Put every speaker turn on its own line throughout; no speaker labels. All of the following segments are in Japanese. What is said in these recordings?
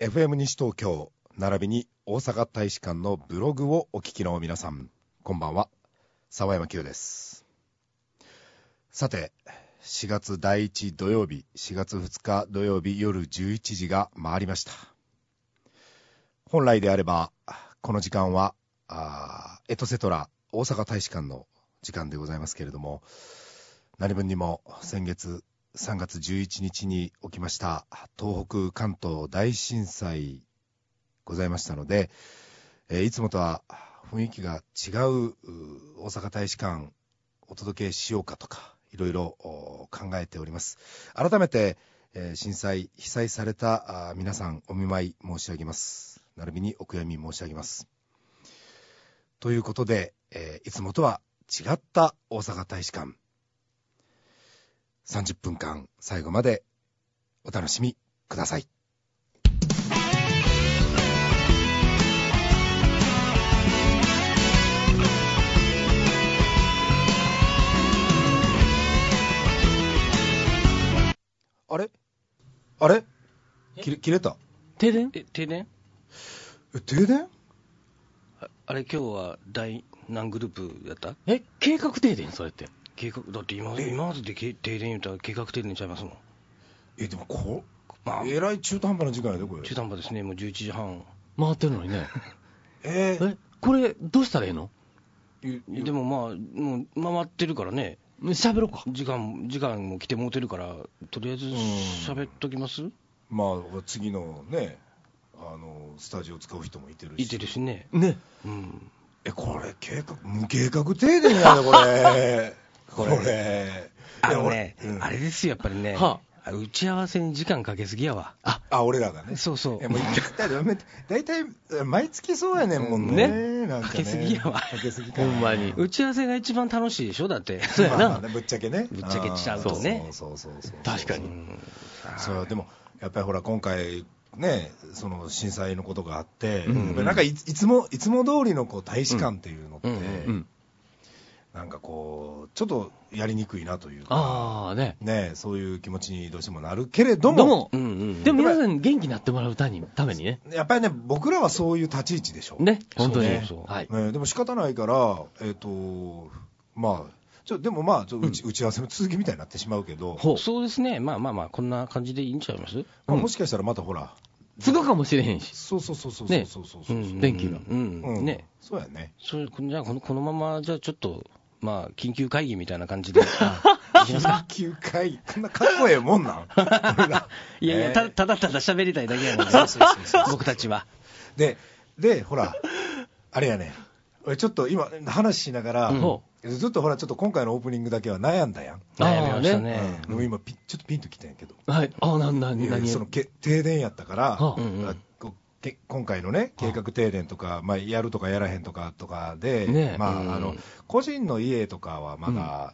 FM 西東京並びに大阪大使館のブログをお聞きの皆さんこんばんは沢山清ですさて4月第1土曜日4月2日土曜日夜11時が回りました本来であればこの時間はあーエトセトラ大阪大使館の時間でございますけれども何分にも先月3月11日に起きました東北関東大震災ございましたので、えーいつもとは雰囲気が違ううー大阪大使館お届けしようかとかいろいろお考えております改めて、えー震災被災されたあー皆さんお見舞い申し上げます並びにお悔やみ申し上げますということで、えーいつもとは違った大阪大使館30分間最後までお楽しみください。あれあれ切れ切れた
停電え、停電
え停電
ああれ、今日は第何グループやった
え、計画停電それって。
計画、だって今今まででけ停電言うたら計画停電ちゃいますもん。
えでもこ
まあ、
えらい中途半端な時間やでこれ
中途半端ですね、もう11時半。
回ってるのにね。
えー
え、これ、どうしたらいいの
ゆゆ
でもまあ、もう回ってるからね、
喋ろうか。
時間時間も来てもうてるから、とりあえず喋っときます
まあ次のねあのスタジオ使う人もいてるし
いてるしね。
ね。
うん。
えこれ計画無計画停電やねこ れこれ
あ
いや
の
俺
ね、
うん
あれですよ、やっぱりね、
は
あ打ち合わせに時間かけすぎやわ。
あ、
あ俺らがね
そうそう
いやもう一回だめ大体毎月そうやねんもんね
ね
なんかね
かけすぎやわ
かけすぎか
ほ
なん
まに。
打ち合わせが一番楽しいでしょ、だって。
そうや
まあまあ
な
ね。ぶっちゃけね
ぶっちゃけちゃうとね
んそうそうそうそう
確か
う
に
ん
そうでもやっぱりほら今回ねその震災のことがあって、
うんうん
やっぱりなんかいついつもいつも通りのこう大使館っていうのって、
うんうん
うん。
なんかこうちょっとやりにくいなというか、
あーね。
ねそういう気持ちにどうしてもなるけれども
どうも
うんうん。
でも皆さん元気になってもらうためにためにね。
やっぱりね僕らはそういう立ち位置でしょ。
ね。本当に。
そうそうそう
はい。
ねでも仕方ないからえっ、とまあちょでもまあちょ打ち、打ち合わせの続きみたいになってしまうけど、
ほう。
そうですね、まあまあまあ、こんな感じでいいんちゃいます
まあもしかしたらまたほら
継ぐかもしれへんし。
そうそうそうそうそう
ね
そうそう
う
そう、
ん
電気が
うん、
うん
ね、
そうやね。
そうじゃあこの、このまま、じゃあちょっと、まあ、緊急会議みたいな 感じで、いきますか。
9回、こんなかっこええもんなん。俺ら
いやいや、
ね
たただただ喋りたいだけやので、僕たちは。
で、で、ほら、あれやね、俺ちょっと今、話しながら、
ほ
ずっとほら、ちょっと今回のオープニングだけは悩んだやん。
あー
悩みましたね
うんでも今ピ、ちょっとピンときたんやけど、
う。はい。あ、なんだ、
いや
何
そのけ停電やったから、
はあ
うんうん
あこけ今回のね、計画停電とか、まあ、やるとかやらへんとかとかで、
ねえ
まあ
うん
あの個人の家とかはまだ、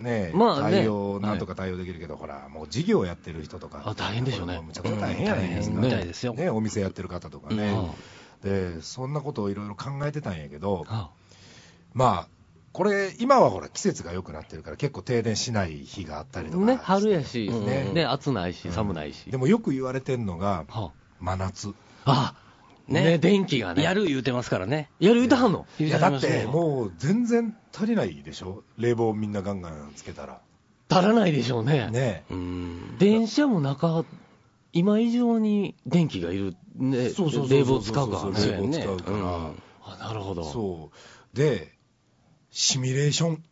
ねえ
まあね
対応、なんとか対応できるけど、ほら、もう事業やってる人とか、
あ大変でしょうね
むちゃくちゃ大変やないですか、
うん大変み
たいですよ
ねお店やってる方とかね、
は
でそんなことをいろいろ考えてたんやけど、
あは
まあ、これ、今はほら、季節が良くなってるから、結構停電しない日があった
あ
りとか、
ね、春やし、
うん
うん
ね、暑ないし、
うん
寒ないし。
でもよく言われてるのが、
は
真夏。
あ。あ、
ね
ね、電気がね。
や。る言うてますからね。
やる言うたはんの
いやだって
う、
もう全然足りないでしょ、冷房みんなガンガンつけたら、
足らないでしょうね。
ね
うん、
電車も中、今以上に電気がいる、ね、
そうそうそうそう
冷房使うから
そう
ね。
冷房使うから
ん
あなるほど。
そう、で、シミュレーション、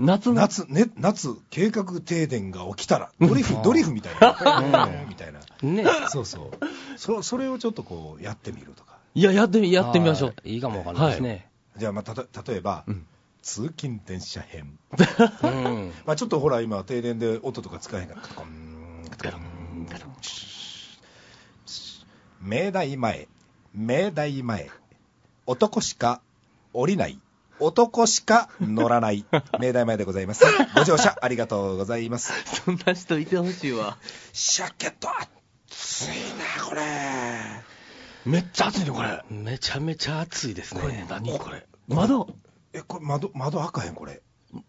夏の
夏、ね、夏、計画停電が起きたら、ドリフ、ドリフみたい な、みたいな、
ね、
そうそうそ、それをちょっとこうやってみるとか、
いや、やってみ、やってみましょう
は。いいいかもわかんないですね。
じゃあ、まあ、たと例えば、
うん
通勤電車編、
うん
まあ、ちょっとほら、今、停電で音とか使えへんから、カタコンカタコンカタコン明大前、明大前、男しか降りない、男しか乗らない、明大前でございます。ご乗車ありがとうございます。
そんな人いてほしいわ。
シャケット、暑いな、これ。
めっちゃ暑いね、これ。
めちゃめちゃ暑いです
これね
ね、。
何これ。窓、
え、これ窓、窓開かへん、これ。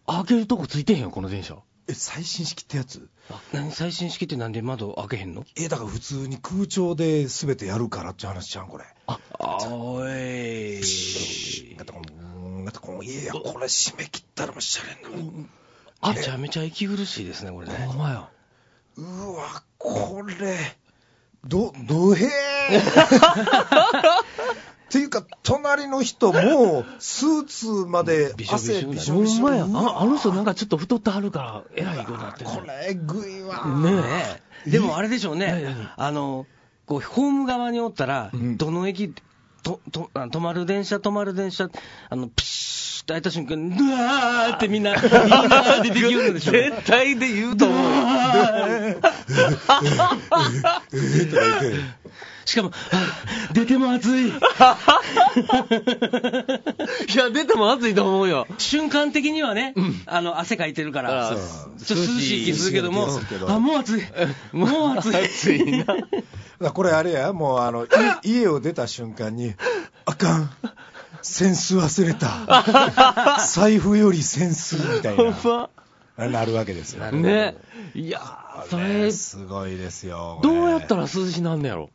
開けるとこついてへんよ、この電車。
え、最新式ってやつ
あ何最新式ってなんで窓開けへんの
え、だから普通に空調で全てやるからって話じゃん、これ。
ああおい
だってこの、だってこの、いや、これ締め切ったらもしゃれんなもん。
めちゃめちゃ息苦しいですねこれね
ほんまや。
うわ、これ、ど、ど へえっていうか、隣の人、もう、スーツまで
びしょびしょ
汗びしょ
ほ
びしょ。
んまや。
うわ
ああの人なんかちょっと太ってはるから、えらいことになってる
こ。れ、えぐいわ。
ね
ねえでもあれでしょう
何
ね
何、
あのこうホーム側におったら、
うん
どの駅ととあ止まる電車、止まる電車、あのピシッと開いた瞬間、ぬわーってみんな、みんな出てきよるんでしょうね、
絶対で言うと思う。
しかも、あ出ても熱 い、
いや、出ても暑いと思うよ。
瞬間的にはね、あの汗かいてるから、
あら
ちょっと涼しい気するけども
涼しい気するけ、ど
あもう暑い、もう暑い。
暑いな。
だからこれあれや、もう あの、い家を出た瞬間に、あかん、センス忘れた、 財布よりセンスみたい
ほん
な、
ま。
なるわけですよ。
なる
ね。いやー、そ
こ
れ
れ、すごいですよ。これ
どうやったら涼しなんねやろ。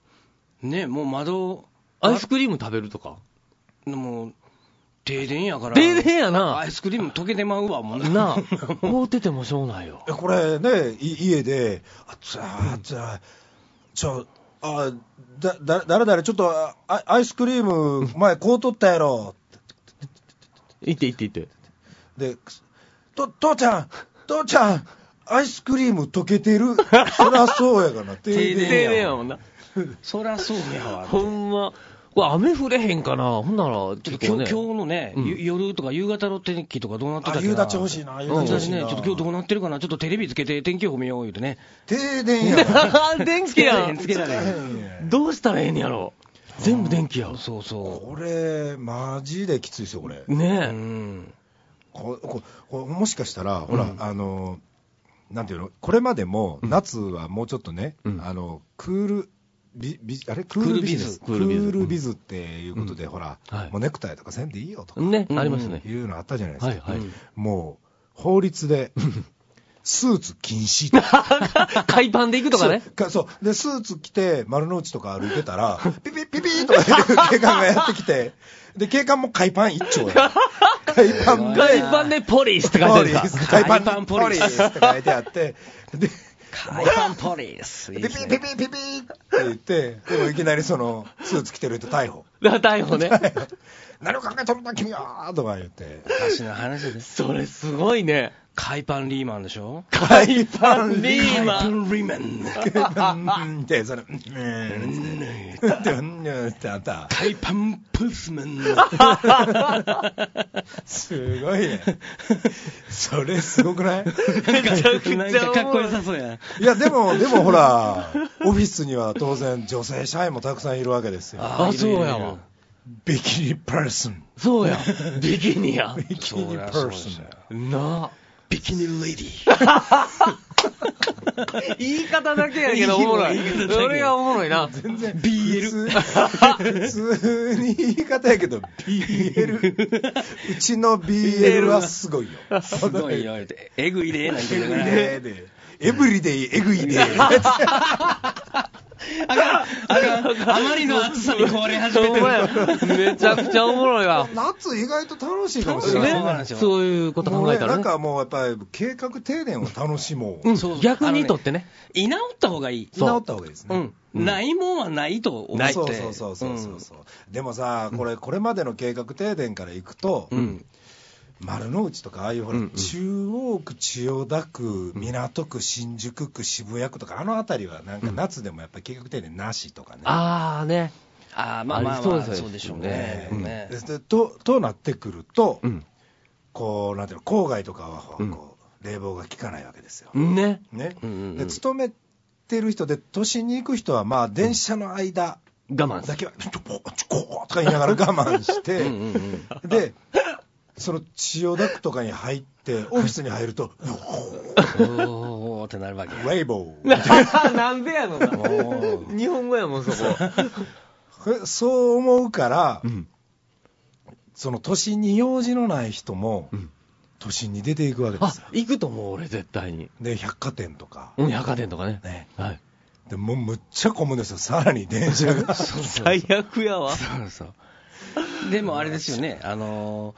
ね、もう窓、
アイスクリーム食べるとか。
もう停電やから、
停電やな
アイスクリーム溶けてまうわ、もう
な あ、もう出てもしょうないよ。
えこれね、い家で、あつああつあ、ちょ、あだ、だ、だれだれ、ちょっと、あアイアイスクリーム、前、こう取ったやろ。
行って行って行って。
で、くすと、父ちゃん、父ちゃん、アイスクリーム溶けてる。そりゃそうやから、停
停
電
電
や
や
わ。
もん
んな。
そりゃそうやわ。
ほんま。これ雨降れへんかな。ほんなら、ちょっと
ちょっと
今日
今日
ね。
今日のね、
うん
ゆ夜とか夕方の天気とかどうなってたっ
あ
けな
夕立欲しいな、夕
う
立
ん
欲しいな。
ね、ちょっと今日どうなってるかな、ちょっとテレビつけて天気予報見よう言うてね、
停電やわ。
電
つ
気
けら
や
れへ
ん
ん、。つけられへん、
どうしたらええんやろ。全部電気や。
そうそ
これ、マジできついですよ、これ。
う、う
ね
ん、
こここもしかしたら、ほら、あの、なんていうの、これまでも夏はもうちょっとね、
うん
あの、クール、ビビあれク
ー
ー
ル
ル
ビ
ビ
ズ
ズ、
ク
ク
ールビズ
ールビズっていうことで、ほら、
はい
もうネクタイとかせんでいいよとか
え。ね、
うん
ありましたね。
いうのあったじゃないですか、
はいはい。
もう法律で、スーツ禁止とか
海パンで行く とかね。
かそうで、スーツ着て丸の内とか歩いてたら、 ピピピピーとかいう警官がやってきて、で警官も海パン一丁 や、海パンで
海パンでポリスって書いてあ
ポ
る
リ
か
ス、海パン
ポリス
って書いてあって、で、
海パンポリス、いい
ピ
で
ピ
す
ピピ
ね
ピピって言って、でもいきなりその、スーツ着てる人逮捕。
だから逮捕ね。
何を考えとるんだ君はとか言って。
昔の話です、
それすごいね。
海パンリーマンでしょ、
海パンリーマン。
ンリーマン、
うんって、それ、うんうんって、うんってあった。
海パンプスマン、
すごいね。それすごくない
なんかかっこよさそうや、
いや、でも、でもほら、オフィスには当然女性社員もたくさんいるわけですよ。
あ
あ、
そ
そうう
やわ
やわ。
ビキニパーソン。
そうや。 ビキニや。
ビキニパーソン。
なあ。
ビキニレディ、
言い方だけや
けどおもろいそれが
おもろいな。
全然 BL 普通に言い方やけど BL うちの BL はすごいよ
すごいよ、言うてえぐいでなんて
エ
言う
グ
か
い
ら。
ででエブリデイエグいで
あかん、あかん、あまりの暑さに壊れ始めてる。
めちゃくちゃおもろいわ。
夏意外と楽しいかもしれ
ね
ない
そうなんですよ
そういうこと
もう
考え
ね
たら
なん
ね。
かもうやっぱり計画停電を楽しもう
うん
そうそう
逆にとってね。
居直った方がいい。
見直った方がいいです
う
ね
ん。ないもんはないと思って。
そうそうそうそうそうそうでもさこれこれまでの計画停電からいくと
うん。
丸の内とか、ああいうほら、
うんうん
中央区、千代田区、港区、新宿区、渋谷区とか、あの辺りは、なんか夏でもやっぱり計画停電なしとかね。
あーね。
ああ、まあまあ
あ
ま
り
あ、
そうです
そうでしょう
ね
ね。ね
ででととなってくると、
うん。
こうなんていうの、郊外とかはこう、
うん
冷房が効かないわけですよ。
ね。
ね
うんうんうん
で勤めてる人で、都心に行く人は、まあ、電車の間
我慢す
だ
る。
けは、ちょっとこう、ちょこうとか言いながら 我慢して。
うんうんうん。
で、その千代田区とかに入って、オフィスに入ると、
おーってなるわけや。
ウェイボー。
なんでやのな。日本語やもん、そこ。
えそう思うから、
ん
その都心に用事のない人も、
うん
都心に出ていくわけで
あ
すよ、
行くと思う、俺、絶対に。
で百貨店とか、
うん、百貨店とかね。
ね
はい。
でもうむっちゃ混むんですよ、さらに電車 が、
最悪やわ。
そうそう。でもあれですよね、あの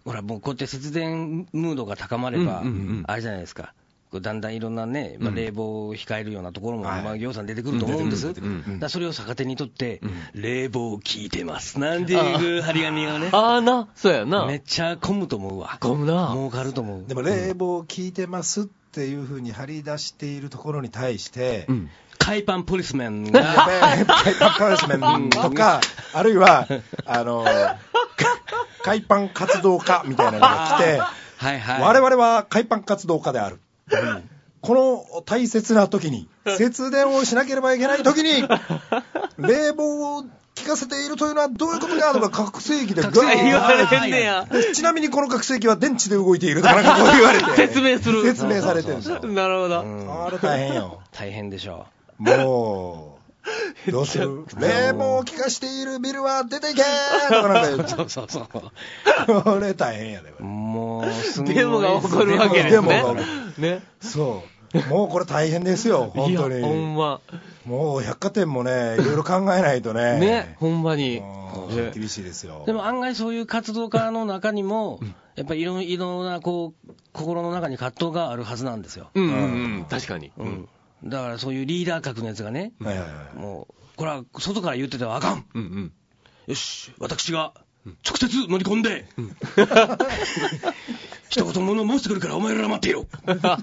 ーほら、もうこうやって節電ムードが高まれば、
うんうんうん
あれじゃないですか。こうだんだんいろんなね、まあ、
うん
冷房を控えるようなところも、
はい
まあ、業さん出てくると思うんです、
うん出てくる出て
くる
だからそれを逆手にとって、
う
冷房効いてます、なんていう張り紙がね、
ああな、そうやな。
めっちゃ混むと思うわ、
混むな
儲かると思う、
でも冷房効いてますっていうふうに張り出しているところに対して、
うん。
海パンポリスメン
やっ
が、
ぱりパンカラスメンとか、あるいは、あの、 か海パン活動家みたいなのが来て、
はいはい、
我々は海パン活動家である。この大切な時に、節電をしなければいけない時に、冷房を効かせているというのはどういうことかとか、拡声器でガー
拡声器
言
言
わ
わ
れ
れ
て
て
ん
ん
ね
ね
や
や。
でちなみにこの覚醒器は電池で動いているとか、なんかこう言われて。
説明する
説明されてるんですよ。
なるほど。
うん
あれ大変よ。
大変でしょ
もう、どうする冷房を効かしているビルは出ていけーとかなんか
う、そうそうそう。
言う。 これ大変やで、これ。
もう、すごい
デモが起こるわけ
デ
です
モが
ね
起こ。
ね。
そう。もうこれ大変ですよ、本当
いやほん
に。
ま。
もう百貨店もね、いろいろ考えないとね。
ね、ほんまに。
も
ね
う厳しいですよ。
でも案外そういう活動家の中にも、やっぱりいろいろなこう心の中に葛藤があるはずなんですよ。
うんうんうん、確かに。う
うんん、だからそういうリーダー格のやつがね、
はいはいはい
もう、これは外から言っててはあかん、
うんうん。
よし、私が直接乗り込 んで、一言物申してくるから、お前らは待っていろ、 タッタッ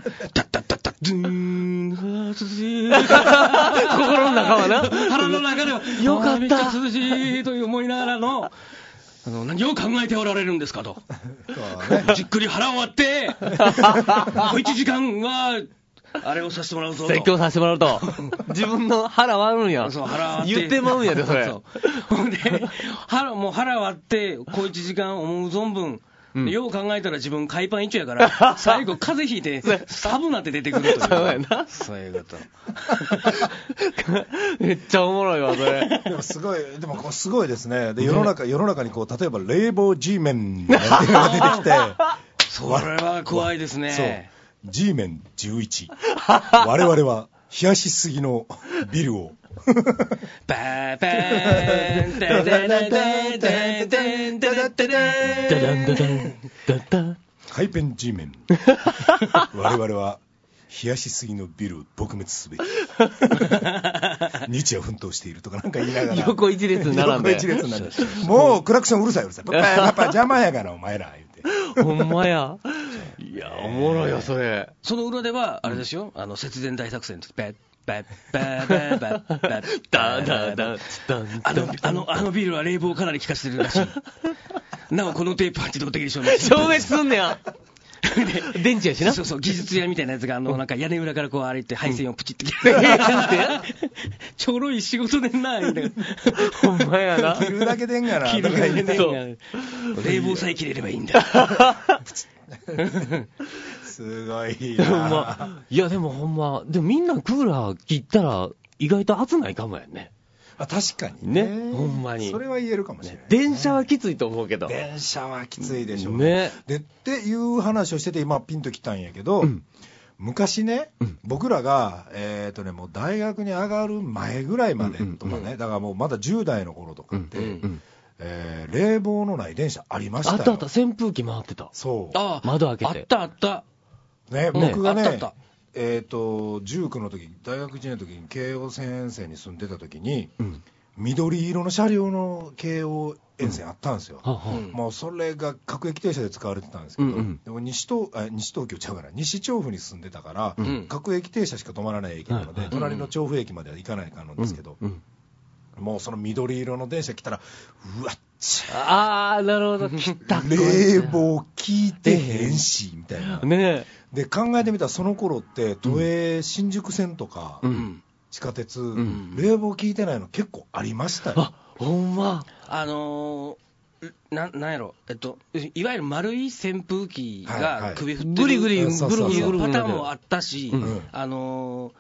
タッタッ、ズーン、あー涼しい、
心の中はな。
腹の中では、
よかった
あーめっちゃ涼しいという思いながらの、あの何を考えておられるんですかと。
そうね
じっくり腹を割って、もう1時間は、あれをさせてもらうぞと。
説教させてもらうと。自分の腹割るんや。
そう腹割って
言ってまうんやで、それ。
うほんで腹もう腹割って、小1時間思う存分、
うん
よう考えたら自分、海パン一丁やから、最後、風邪ひいて、サブなって出てくるという、
そうやな
そういうこと、
めっちゃおもろいわ、それ。
でもすごい、でもこうすごいですね。で、世の中、世の中にこう、例えば冷房 G メンが出てきて、
それは怖いですね、
そう、G メン11、我 々は冷やしすぎのビルを、
バーバーン、ダダダダダダダ
ダ
ダダ
ダンダ
ダ
ダ
ダ
ン、ダダン。
ハイペン G メ ン、我々は冷やしすぎのビルを撲滅す べき、日夜奮闘しているとかなんか言いながら、
横一列に並ん
横
で
一列に並んでもうクラクションうるさいうるさ い、パッパパッパ邪魔やから、お前ら、言うて。
ほんまや。いや、おもろいよ、それ。
その裏では、あれですよ、あの節電大作戦です、バッバッバッバッバッバッ
ダダダン、ダン、
あ
ダン
の。あのあのビールは冷房をかなり効かせてるらしい、なおこのテープは自動的に消滅す
消滅すんねや。
る
電池やしな。
そうそう、技術屋みたいなやつが、あのなんか屋根裏からこう歩いて、配線をプチって切
うん
って、ちょろい仕事でんな、みたいな
ほんまやな。
切るだけでんがな、
切る
とか
だ
言
け
う
で
て
んが冷房さえ切れればいいんだ、
すごい
ほん
な。
ま。いや、でもほんま、でもみんなクーラー切ったら、意外と暑ないかもやね。
あ確かにね
ねほんまに
それは言えるかもしれない、
電車はきついと思うけど。
電車はきついでしょう
ね
でっていう話をしてて今ピンときたんやけど、
うん
昔ね、
うん
僕らが、えーとね、もう大学に上がる前ぐらいまでとかね、
うんうん
だからもうまだ10代の頃とかって、
うんうん
うん
えー冷房のない電車ありました
あ
よ
ったあった、扇風機回ってた。
そう
あ
窓開けて
あったあった、
ね、僕がね、
あったあった
えー、と19の時大学1年の時に慶応線沿線に住んでた時に、
うん。
緑色の車両の慶応沿線あったんですよ、
はあはあ
うん
もうそれが各駅停車で使われてたんですけど、
うんうん
でも西東あ西東京ちゃうから、西調布に住んでたから、
うん
各駅停車しか止まらない駅なので、
はいはい
隣の調布駅までは行かないかなんですけど、
うんうん
もうその緑色の電車来たら、うわっち
ああ、なるほど。切った
ゃ、。冷房効いてへんし、みたいな。
ね
で、考えてみたら、その頃って、都営新宿線とか、
う
うんん、
地下鉄、
ん
冷房効いてないの結構ありましたよ。
あ、ほんま。
あのーななんやろ、えっと、いわゆる丸い扇風機
はいはい
が首振ってる、
ぐりぐり、
うん
ぐる
そう
ぐ
そう
る
そう
ぐるぐ
パ
る。
ターンもあったし、
うん
あのー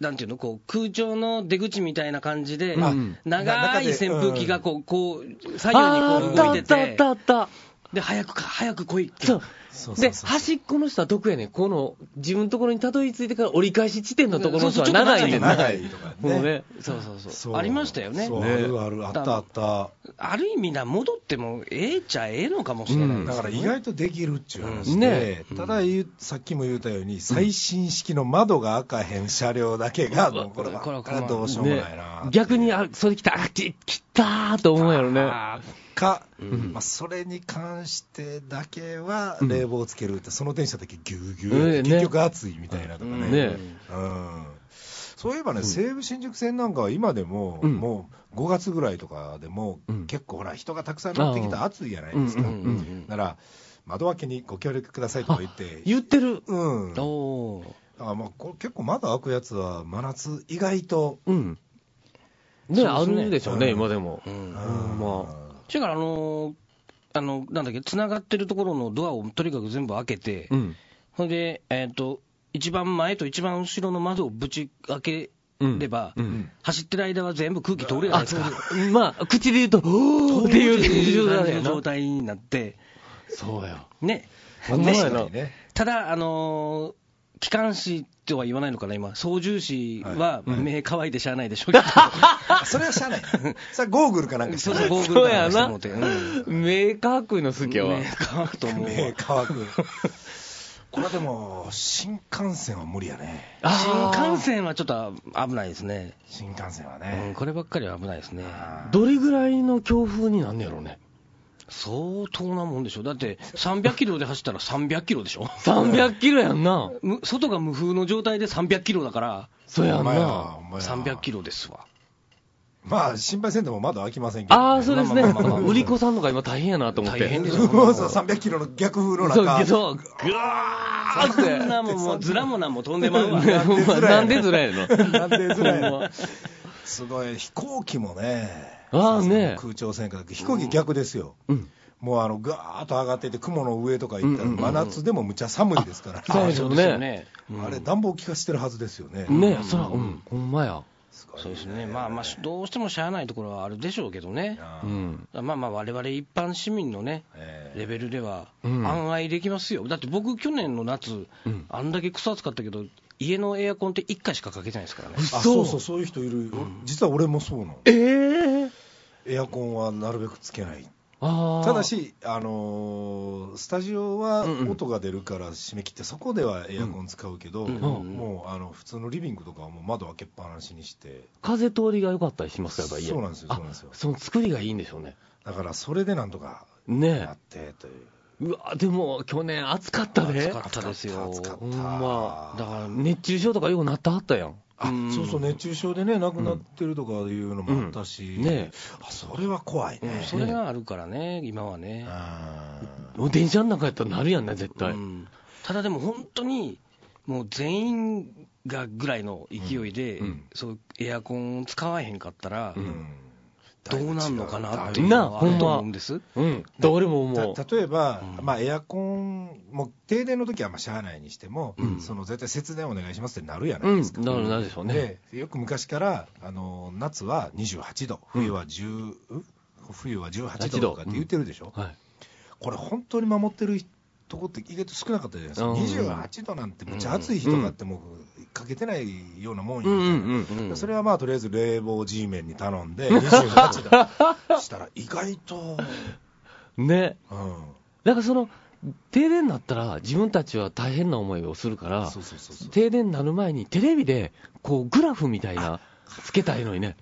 なんていうのこう空調の出口みたいな感じで、
うん
長い
な中で
扇風機がこう、こう左右に
あ
こ
ー
う
あ
動
っ
いて
たあってた、あったあった。
で、早くか、早く来いって。
そう
そう
で、端っこの人は得やねんこの、自分のところにたどり着いてから折り返し地点のところの人は長いねんな。
長いとか
もう
ね。
ね、そうそうそう。
そう
ありましたよね
そう
ね
あるある、あったあった。
ある意味な、戻ってもええっちゃええのかもしれない、
だから意外とできるっちゅう話
うん
で
ね、
ただ言うさっきも言ったように、最新式の窓が開かへん車両だけが、もうこれ
これ
は
は困る
どうしようもないな、
ね逆に、あ、それ来た、あ、き来たーと思うやろね。
あー
か、まあ、それに関してだけは冷房をつけるって、その電車だけぎゅうぎゅう
う
で、
んね
結局暑いみたいなとかね。
ね
うんそういえばね、西武新宿線なんかは今でも、
うん
もう5月ぐらいとかでも、
うん
結構ほら、人がたくさん乗ってきた
あ
暑いじゃないですか、
うんうんうん
うん
なら、窓開けにご協力くださいとか言って、
言ってる。
うん、だか
おー
らまあこう結構窓開くやつは、真夏、意外と、
うん。ね、
そうですね
あるんでしょうね、
うん
今でも。
うん
うん
ま
だから、あのーあの、なんだっけ、つながってるところのドアをとにかく全部開けて、
うん。
ほんで、えっ、と、一番前と一番後ろの窓をぶち開け
うん
れば、
うん
走ってる間は全部空気通るやない
あ
ですか。、
まあ、口で言うと、おーっていう状態や
状
な。
態になって、
そうや。
ね。
ほんまや
確か
な
に。ね、
ただ、あのー機関士とは言わないのかな、今、操縦士は
はい
目乾いてしゃあないでしょうけ ど、
あそれはしゃあない、さあ、ゴーグルかなんかして
そうそう、ゴーグ
そ
ル
う
かな
や
んかして
な
もうて、うん。
目乾くの好きやわ。
目乾く と思うわ
目乾く。これでも、新幹線は無理やね、
あー
新幹線はちょっと危ないですね、
新幹線は
うん
ね。
こればっかりは危ないですね、
あー
どれぐらいの強風になんねやろうね。
相当なもんでしょ、だって300キロで走ったら300キロでしょ、
300キロやんな。
む外が無風の状態で300キロだから、
そうや
ほ
ん
んまや
な
ほ。んまや
300キロですわ、
まあ、心配せんでも窓開きませんけど、
ああ、そうですね。
まあまあまあまあ
売り子さんとか今大変やなと思って。
大変で
そ
す
う
よ、
そう300キロの逆風の
そう、
中、
そう、ぐわ
あん
ーっ
なもん、もうずらもなんも飛んでま うわ、
て。ほんまなんでずらやの
なんでずらや
ほ
の
んます
ごい、飛行機もね、
あーね
空調戦火、飛行機逆ですよ、
うん。
もうあのぐわーっと上がっていて、雲の上とか行ったら、
うんうん
真夏でもむちゃ寒いですから、
そうで
そ
す
う
よ
です
ね。
よね、うん
あれ、暖房効かしてるはずですよね。
ねそら、うん、ほんまや。
すごい
そうですね、まあまあ、どうしてもしゃあないところはあるでしょうけどね、
あ
う
ー
ん。
まあまあ、我々一般市民のね、
え
レベルでは、
うん
案外できますよ、だって僕、去年の夏、
うん
あんだけ草使ったけど、家のエアコンって1回しかかけてないですからね、
ーあそうそう、そういう人いる、実は俺もそうなの、
ええ
エアコンはなるべくつけない、
ああ。
ただ、し、あのースタジオは
うんうん
音が出るから締め切って、そこではエアコン使うけど、
うんうん
もうあの普通のリビングとかはもう窓開けっぱなしにして、
風通りが良かったりしますから、やっぱ家
そうなんですよ
あ
そうなんですよ
その作りがいいんでしょうね。
だからそれでなんとかや
ね
ってという、
え。うわ、でも、去年暑かったで。
暑かったですよ
暑かった、
ほんま
だから、
熱中症とかよくなったあったやん。
あ
うん
そうそう、熱中症でね、亡くなってるとかいうのもあったし、
うんねえ
あそれは怖いね。
うんそれがあるからね、今はね。
あー
もう電車の中やったらなるやんね、絶対。
うんただでも本当に、もう全員がぐらいの勢いで、
うんうん
そうエアコンを使わへんかったら、
うん
どうなんのかなっていうのはあ
な
ると思うんです。
うん。ど俺も思う。
た例えば、
うん
まあ、エアコン、もう停電の時はまあしゃあないにしても、
うん
その絶対節電お願いしますってなるやな
う
い
ん。
ですか。
なるなるでしょうね。
でよく昔からあの夏は28度、冬は10、うん冬は18度とかって言ってるでしょ、
はい。
これ、本当に守ってるとこって意外と少なかったじゃないです
うん
か、28度なんて、むちゃ暑い日とかって、もうかけてないようなもんや
うんうんうん。
うん
それはまあとりあえず冷房 G メンに頼んで、28度したら、意外と、
ね。
うん、
だからその、停電になったら自分たちは大変な思いをするから
そ、うそうそうそう。
停電になる前にテレビで、こう、グラフみたいな、つけたいのにね。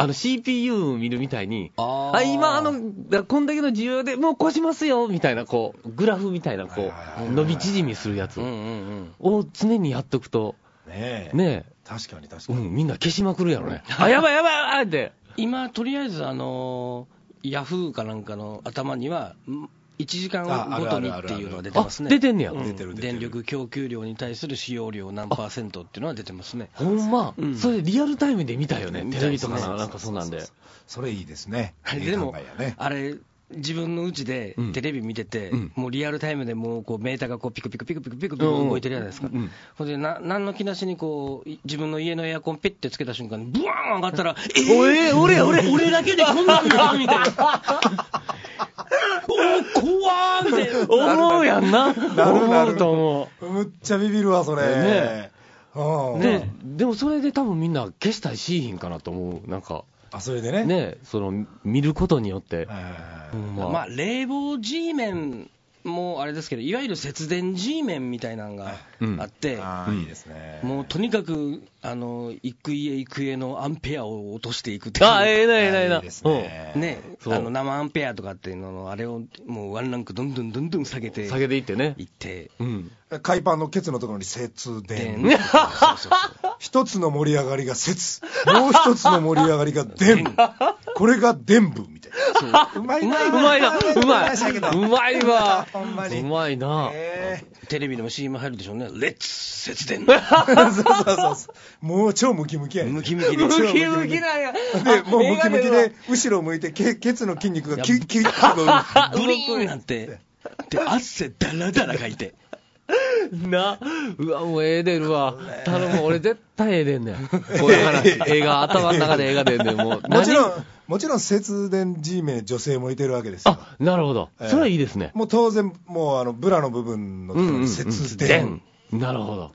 あの CPU 見るみたいに、
あー
あ今あの、だこんだけの需要でもう越しますよみたいな、こう、グラフみたいな、
は
こ
いはいはいは
う、
い
伸び縮みするやつ
うんうん
を常にやっとくと、
ねえ
ね
確かに確か
え、う
に。
ん、みんな消しまくるやろね。あ、やばいやばいやばいって。
今、とりあえず、あのーヤフーかなんかの頭には、1時間
あ
ごとに
あるあ
っ
る
て
あるある
いうのが出てますね。
あ出てんねや
う
出てる出てる
電力供給量に対する使用量何パーセントっていうのは出てますね。
ほんま、
うん
それリアルタイムで見たよね、
見
テ
た
レ
いで
ビ
す
と
ね
かなんかそんなんで。
それいいですね。
あれ
いい
でも
考えやね、
あれ、自分のうちで
うん
テレビ見てて、
うん
もうリアルタイムでもうこうメーターがこうピクピクピクピクピクピク動いてるじゃないですか、
うんうん
ほんでな、なんの気なしにこうい自分の家のエアコン、ピッてつけた瞬間に、ブワーン上がったら、えー
おえ俺や俺
俺だけでこんなにみたいな、怖ーみたいな。
思うやんな。
なるなる
思うと思
むっちゃビビるわ、それ。
ね
う
う。
ん
でも
ね、
でもそれで多分みんな消したりしいひんかなと思う。なんか、
あ、それでね。
ね、その、見ることによって。
はいはいはい
ほん
まあ、冷房 G メンもあれですけど、いわゆる節電 G メンみたいなのがあって、
ああ、いいですね。
もうとにかく、あの、幾家幾家のアンペアを落としていくっていう。
あ、ええな、ええな、ええ
い
ない
です。
うん
ね。
ね、
そう
あの生アンペアとかっていうのの、あれをもうワンランクどんどんどんどん下げて
下げていってね
い。って、
うん。
海パンのケツのところに節
で
電。
ねそうそうそう
一つの盛り上がりが節。もう一つの盛り上がりが伝部。これが伝部みたいな。うま
うまい、うまいな、うまい。うまいわ。
ほんまに
うまいな。
え
テレビでも CM 入るでしょうね、レッツ節電、
ーそうそうそうそう。もう超ムキムキやね
ムキムキで、
ムキムキ
なんや。
で、もうムキムキで、後ろ向いて、ケケツの筋肉がキュッキュッキュッ
ブリーンなんて、で汗だらだらかいて、
な、うわ、もうええ出るわ。頼む、俺絶対ええ出んねん。 こういう話。映画、頭の中で映画出んねん。もう、
もちろ
何
ん、もちろん節電 G 名女性もいてるわけですよ。
あ、なるほど。
ええ
それはいいですね。
もう当然、もうあのブラの部分のところに節電、
なるほど。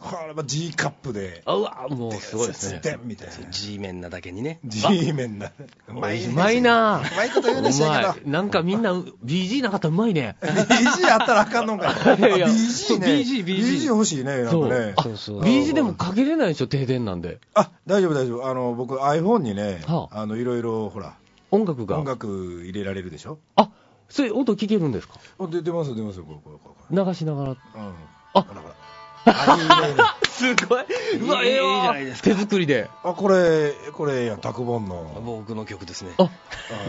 これは G カップで、
あうわ、もうすごいですね
節。電みたいな、
G メンなだけにね、
G メンな、うまいね
うまいな
うまいこと言うね、しやけ
うまいなんかみんな、BG なかったらうまいね。
ど、BG あったらあかんのか、
いやいや
BG ね、
BG BG
欲しいね、なん
そ
か
う
ね。。
あ
そうそう
BG でもかけれないでしょ、停電なんで。
あ大丈夫、大丈夫、あの僕、iPhone にね、
はあ
あのいろいろほら、
音楽が。
音楽入れられるでしょ、
あ、それ音聞けるんですか
あで出ますよ、出ますよ、これ、これ、これ、
流しながら。
これうん、
あ
ほらほら、あいいね
すごい。
うわええわ
手作りで。
あこれ、これやん、拓本の、
僕の曲ですね、
あ、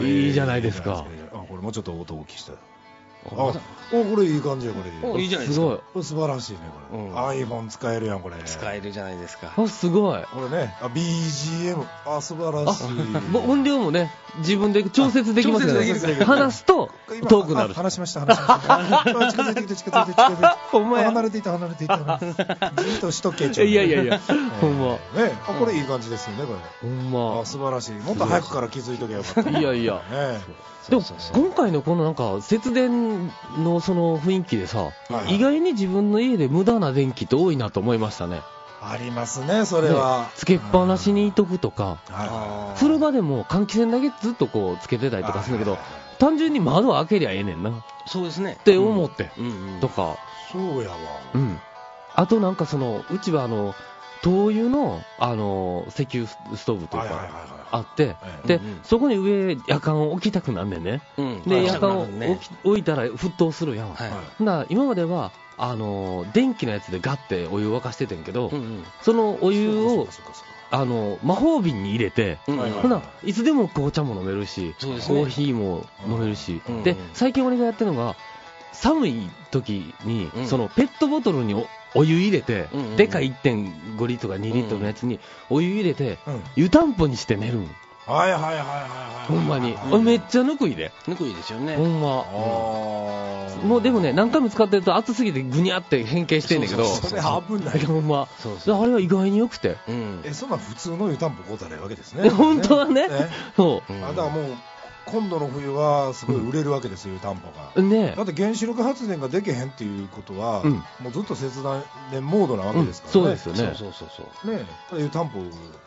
あ
いいじゃないですか。
あこれ、もうちょっと音大きしたあ、おこれいい感じや、これ。
おいいじゃないですすか
ごい。
これ素晴らしいね、これ。
うん
iPhone 使えるやん、これ。
使えるじゃないですか、
あ、すごい。
これね、あ BGM、あ、素晴ら
あ
しい。、
もう音量もね、自分で調節できますよ
あ調節でき
ね。
る
話すと
今
遠くなる
あ。話しました、話しました。 あ近づいてきた、近づいてきた、近づいてきた。
ほんまや
あ離れていた、離れていた。離れていたじっとしとけ、ちょっと
いやいやいや、ほんま。
えーね、あ、これいい感じですよね、これ。
ほんま
あ、。素晴らしい。もっと早くから気づいとけばよかった。
いやいや。
ね
でも
そうそう、そう
今回のこのなんか、節電のその雰囲気でさ
は、い
意外に自分の家で無駄な電気って多いなと思いましたね。
ありますね、それは
ね。つけっぱなしにいとくとか、
うん。はいは
風呂場でも換気扇だけずっとこうつけてたりとかするんだけ
は
ど
いはいはい、
単純に窓開けりゃええねんなっ
そうですね、
て思って、
うんうん
とか、
いそうやわ。
うん、あとなんかその、うちはあの灯油のあの石油ストーブという
はいはいはい
か
は
あって、
い。
で
うんうん
そこに上、夜間を置きたくなんねんね、
うん
で
はい
夜間を
はい
置き置いたら沸騰するやん、
はい
はい
ほんなら今まではあの電気のやつでガッてお湯沸かしててんけど、
うんうん
そのお
お
湯をあの魔法瓶に入れて、
うん
はいはい
ほないつでも紅茶も飲めるし、
そうですね
コーヒーも飲めるし、
うん
で
うん
最近俺がやってるのが、寒い時に、
うん
そのペットボトルにおお湯入れて、
うんうんうん
でかい1.5リットルとか2リットルのやつにお湯入れて、
うん
湯たんぽにして寝るん、
はいはいはいはいはい。
ほんまに、
うん
俺めっちゃぬくいで、
ぬくいですよ
ほ
ね、
あ
んま。
ー
もうでもね、何回も使ってると熱すぎてぐにゃって変形してんだけど、
そう
それ危ない。
ほんま、
そう
で
そう、
あれは意外に良くて、
うん
え、そんなん普通の湯たんぽこうたらいいわけですね。
本当はね、そ
あ、
うん
だからもう、今度の冬はすごい売れるわけですよ、湯たんぽが。
う、ね
だって原子力発電ができへんっていうことは、
うん
もうずっと節電モードなわ
う
け
ん
ですからね。
そうですよね。
そうそうそう
ねえ、ただ湯たんぽ、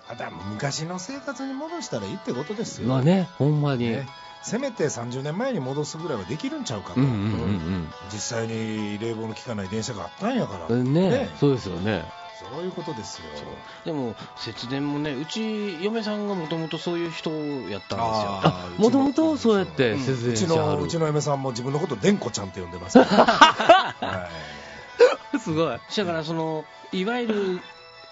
あだからもう昔の生活に戻したらいいってことですよ。
まあね、ほんまに。
ねせめて30年前に戻すぐらいはできるんちゃうかと、
うんうん
実際に冷房の効かない電車があったんやから、
うんうん。ねそうですよね。
そういうことですよ。
そうでも節電もねうち嫁さんがもともとそういう人やったんですよ
あー
もともとそうやって節
う
電し
ち
ては
の
る。
うちの嫁さんも自分のこと、でんこちゃんって呼んで ますから、は
すごい。
だからそのいわゆる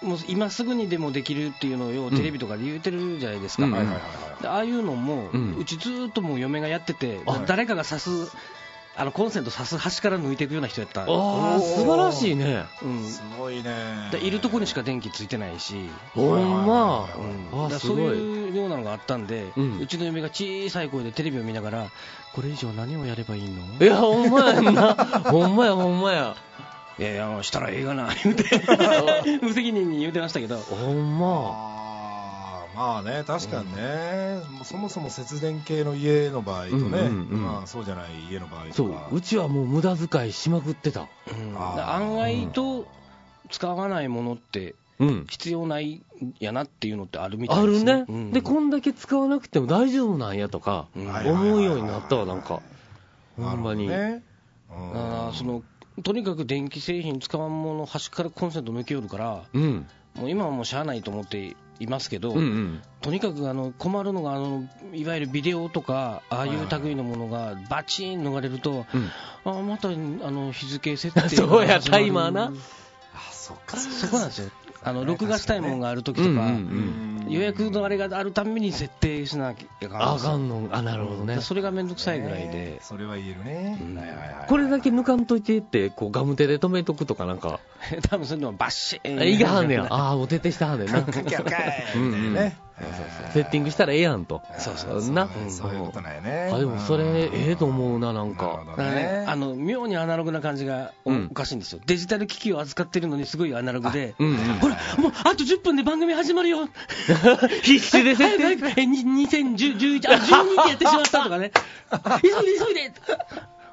もう今すぐにでもできるっていうのをよ
う
うんテレビとかで言うてるじゃないですか、
うん
い、はいはいはい
でああいうのも、
う
うんちずーっともう嫁がやってて、
あ
誰かが刺すあのコンセント刺す端から抜いていくような人やった、う
ああ、素晴らしいね。
はい、
ん、
すごいね、
でいるとこにしか電気ついてないし、
ほんま
はい。
うん
あ
だから
あ、す
そう
ごい。
いうようなのがあったんで、
う
うんちの嫁が小さい声でテレビを見ながら、これ以上何をやればいいの
いや、ほんまやんな。 ほんまや、ほんまや。
いやいや、 したらええがな、言うて、無責任に言うてましたけど、
ほんま。
あーまあね確かにね、もうそもそも節電系の家の場合とね、
うんうんうん
まあ、そうじゃない家の場合
そ
と
う
か、
うちはもう無駄遣いしまくってた。
うん
あー
だ案外と使わないものって
うん。
必要ないんやなっていうのってあるみた
あ
いで
る
すね。
ね、
うん
で、こんだけ使わなくても大丈夫なんやとか、
うん
はい
思うようになったわ、なんか。ほんまに。
なるほどね
あ
うん
ーそのとにかく電気製品使わんもの端からコンセント抜けよるから
うん。
もう今はもうしゃあないと思っていますけど、
うんうん。
とにかくあの困るのがあのいわゆるビデオとかああい
はいは
う
いはい
類のものがバチーン逃れると、
うん
あーまたあの日付設定 が
そうや
始まる
タイマーな
あそっかそっか
そこなんですよあの録画したいものがある時と
う
か、
んうん
予約のあれがあるために設定しなきゃいけない
あ
ん
あ
ですよ
かんの、あ、なるほどね
で。それが面倒くさいぐらいで
ね、それは言えるね、
うん
はいはいはいはい
これだけ抜かんといてって、こうガム手で止めとくとかなんか、
多分そういうのはバッシーン
いいがはんねや。ああ、もう徹底したはんねんな。
かけよかい
うんう
み
ん
たいなね
セッティングしたらええやんと。
そうそう
そう
な
そうそういうことなんやね
あ、でもそれ
うん、
ええと思うな、なん
なる
か
ほ。ど
だからね
ね、
あの妙にアナログな感じがお,、
うん
かしいんですよ、デジタル機器を扱ってるのにすごいアナログで、
うんうん。
ほら、もうあと10分で番組始まるよ、
必死で設
早
定
く早くえに2011、あ12でやってしまったと かね、急いで急いで、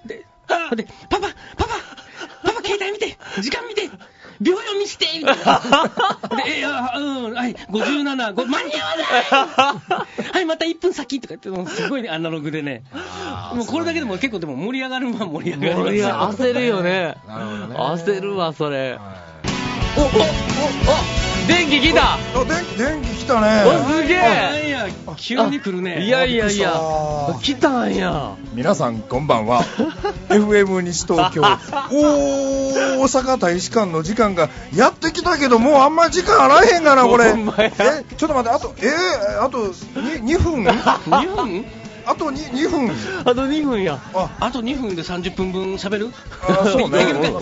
で、でパパ、パパ、パパ、携帯見て、時間見て、秒読みして、みたいな、で、えあうん、はい、57、ご間に合わない、 はい、また1分先とか言って、もうすごいねアナログでね、
あー
もうこれだけでも結構、でも盛り上がるは盛り上がります
盛り上が焦るよね。
なるほどね
焦るわ、それ。
は
お、お、お、お、電気来た
いあ電気電気来たね
おすげえ
いやいや、急に来るね。
いやいやいや
びっ、く
来たんや。
皆さんこんばん は FM 西東京おー大阪大使館の時間がやってきたけどもうあんまり時間あらへんがなこれ
ほんまや
えちょっと待ってあとえー、あと 2, 分あ
2分
と 2, 2分
あと2分や。
あ
あと2分で30分分喋る
あそうね
できるかい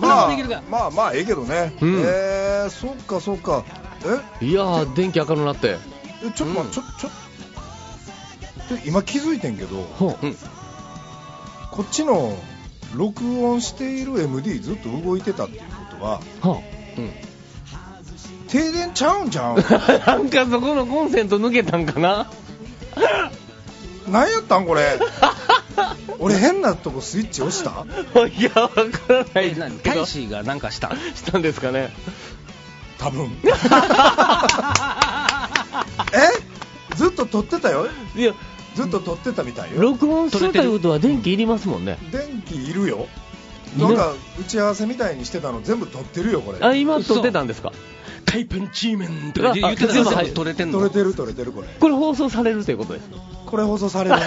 ま
あ
あ
できるか
まあまあええけどね、
うん
えー、そっかそっかえ
いやー、電気明るなって。
えちょっと待って、ちょちょちょ今気づいてんけど
ほう。
こっちの録音している MD ずっと動いてたっていうことは
は
停電ちゃうんじゃん
あ、 なんかそこのコンセント抜けたんかな
何やったんこれ俺変なとこスイッチ押した
いや、わからない
え
です
何
けど
大使がなん かした
したんですかね。
多 分えずっと撮ってたよ
いや、
ずっと撮ってたみたいよ
録音するということは電気いりますもんね。
電気いるよ
い
な
る
んか打ち合わせみたいにしてたの全部撮ってるよこれ
あ、今撮ってたんですか
海パンチーメンとか言って
あ
た
全部
ら
入
全部取れてん
撮れ
の
てる撮れてる これ
これ放送されるということ です。
これ放送されるね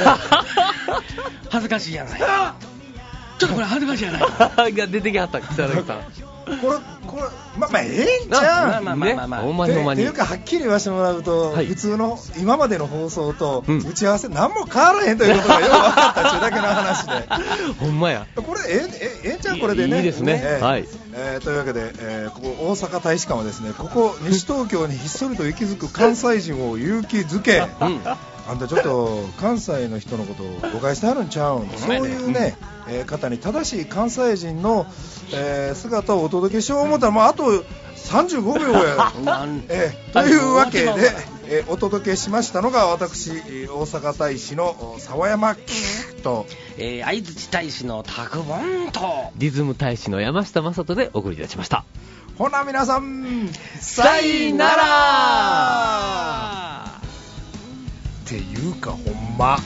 恥ずかしいやないちょっとこれ恥ずかしい やない
が出てきはった、北崎さん。
これこれまあまあええんちゃうん
まあまあまあまあまあ
ねほんまにほんま
て
に。
ていうかはっきり言わせてもらうと、
はい
普通の今までの放送と
うん
打ち合わせ何も変わらへんということがよく分かったっちゅうだけの話 で
ほんまや。
これえええええじゃんこれでね
いいですね
ええ
はい
えーというわけで、えーここ大阪大使館はですねここ西東京にひっそりと息づく関西人を勇気づけ、あんたちょっと関西の人のことを誤解してはるんちゃうんそういうね、えー方に正しい関西人の、えー姿をお届けしよう思ったらもうあと35秒や
なん
えーというわけで
終わっちまうから、
えーお届けしましたのが私えー大阪大使のお沢山キューと
えー相槌大使のタクボンと
リズム大使の山下正人でお送りいたしました。
ほな皆さん
さいなら
っていうかほんま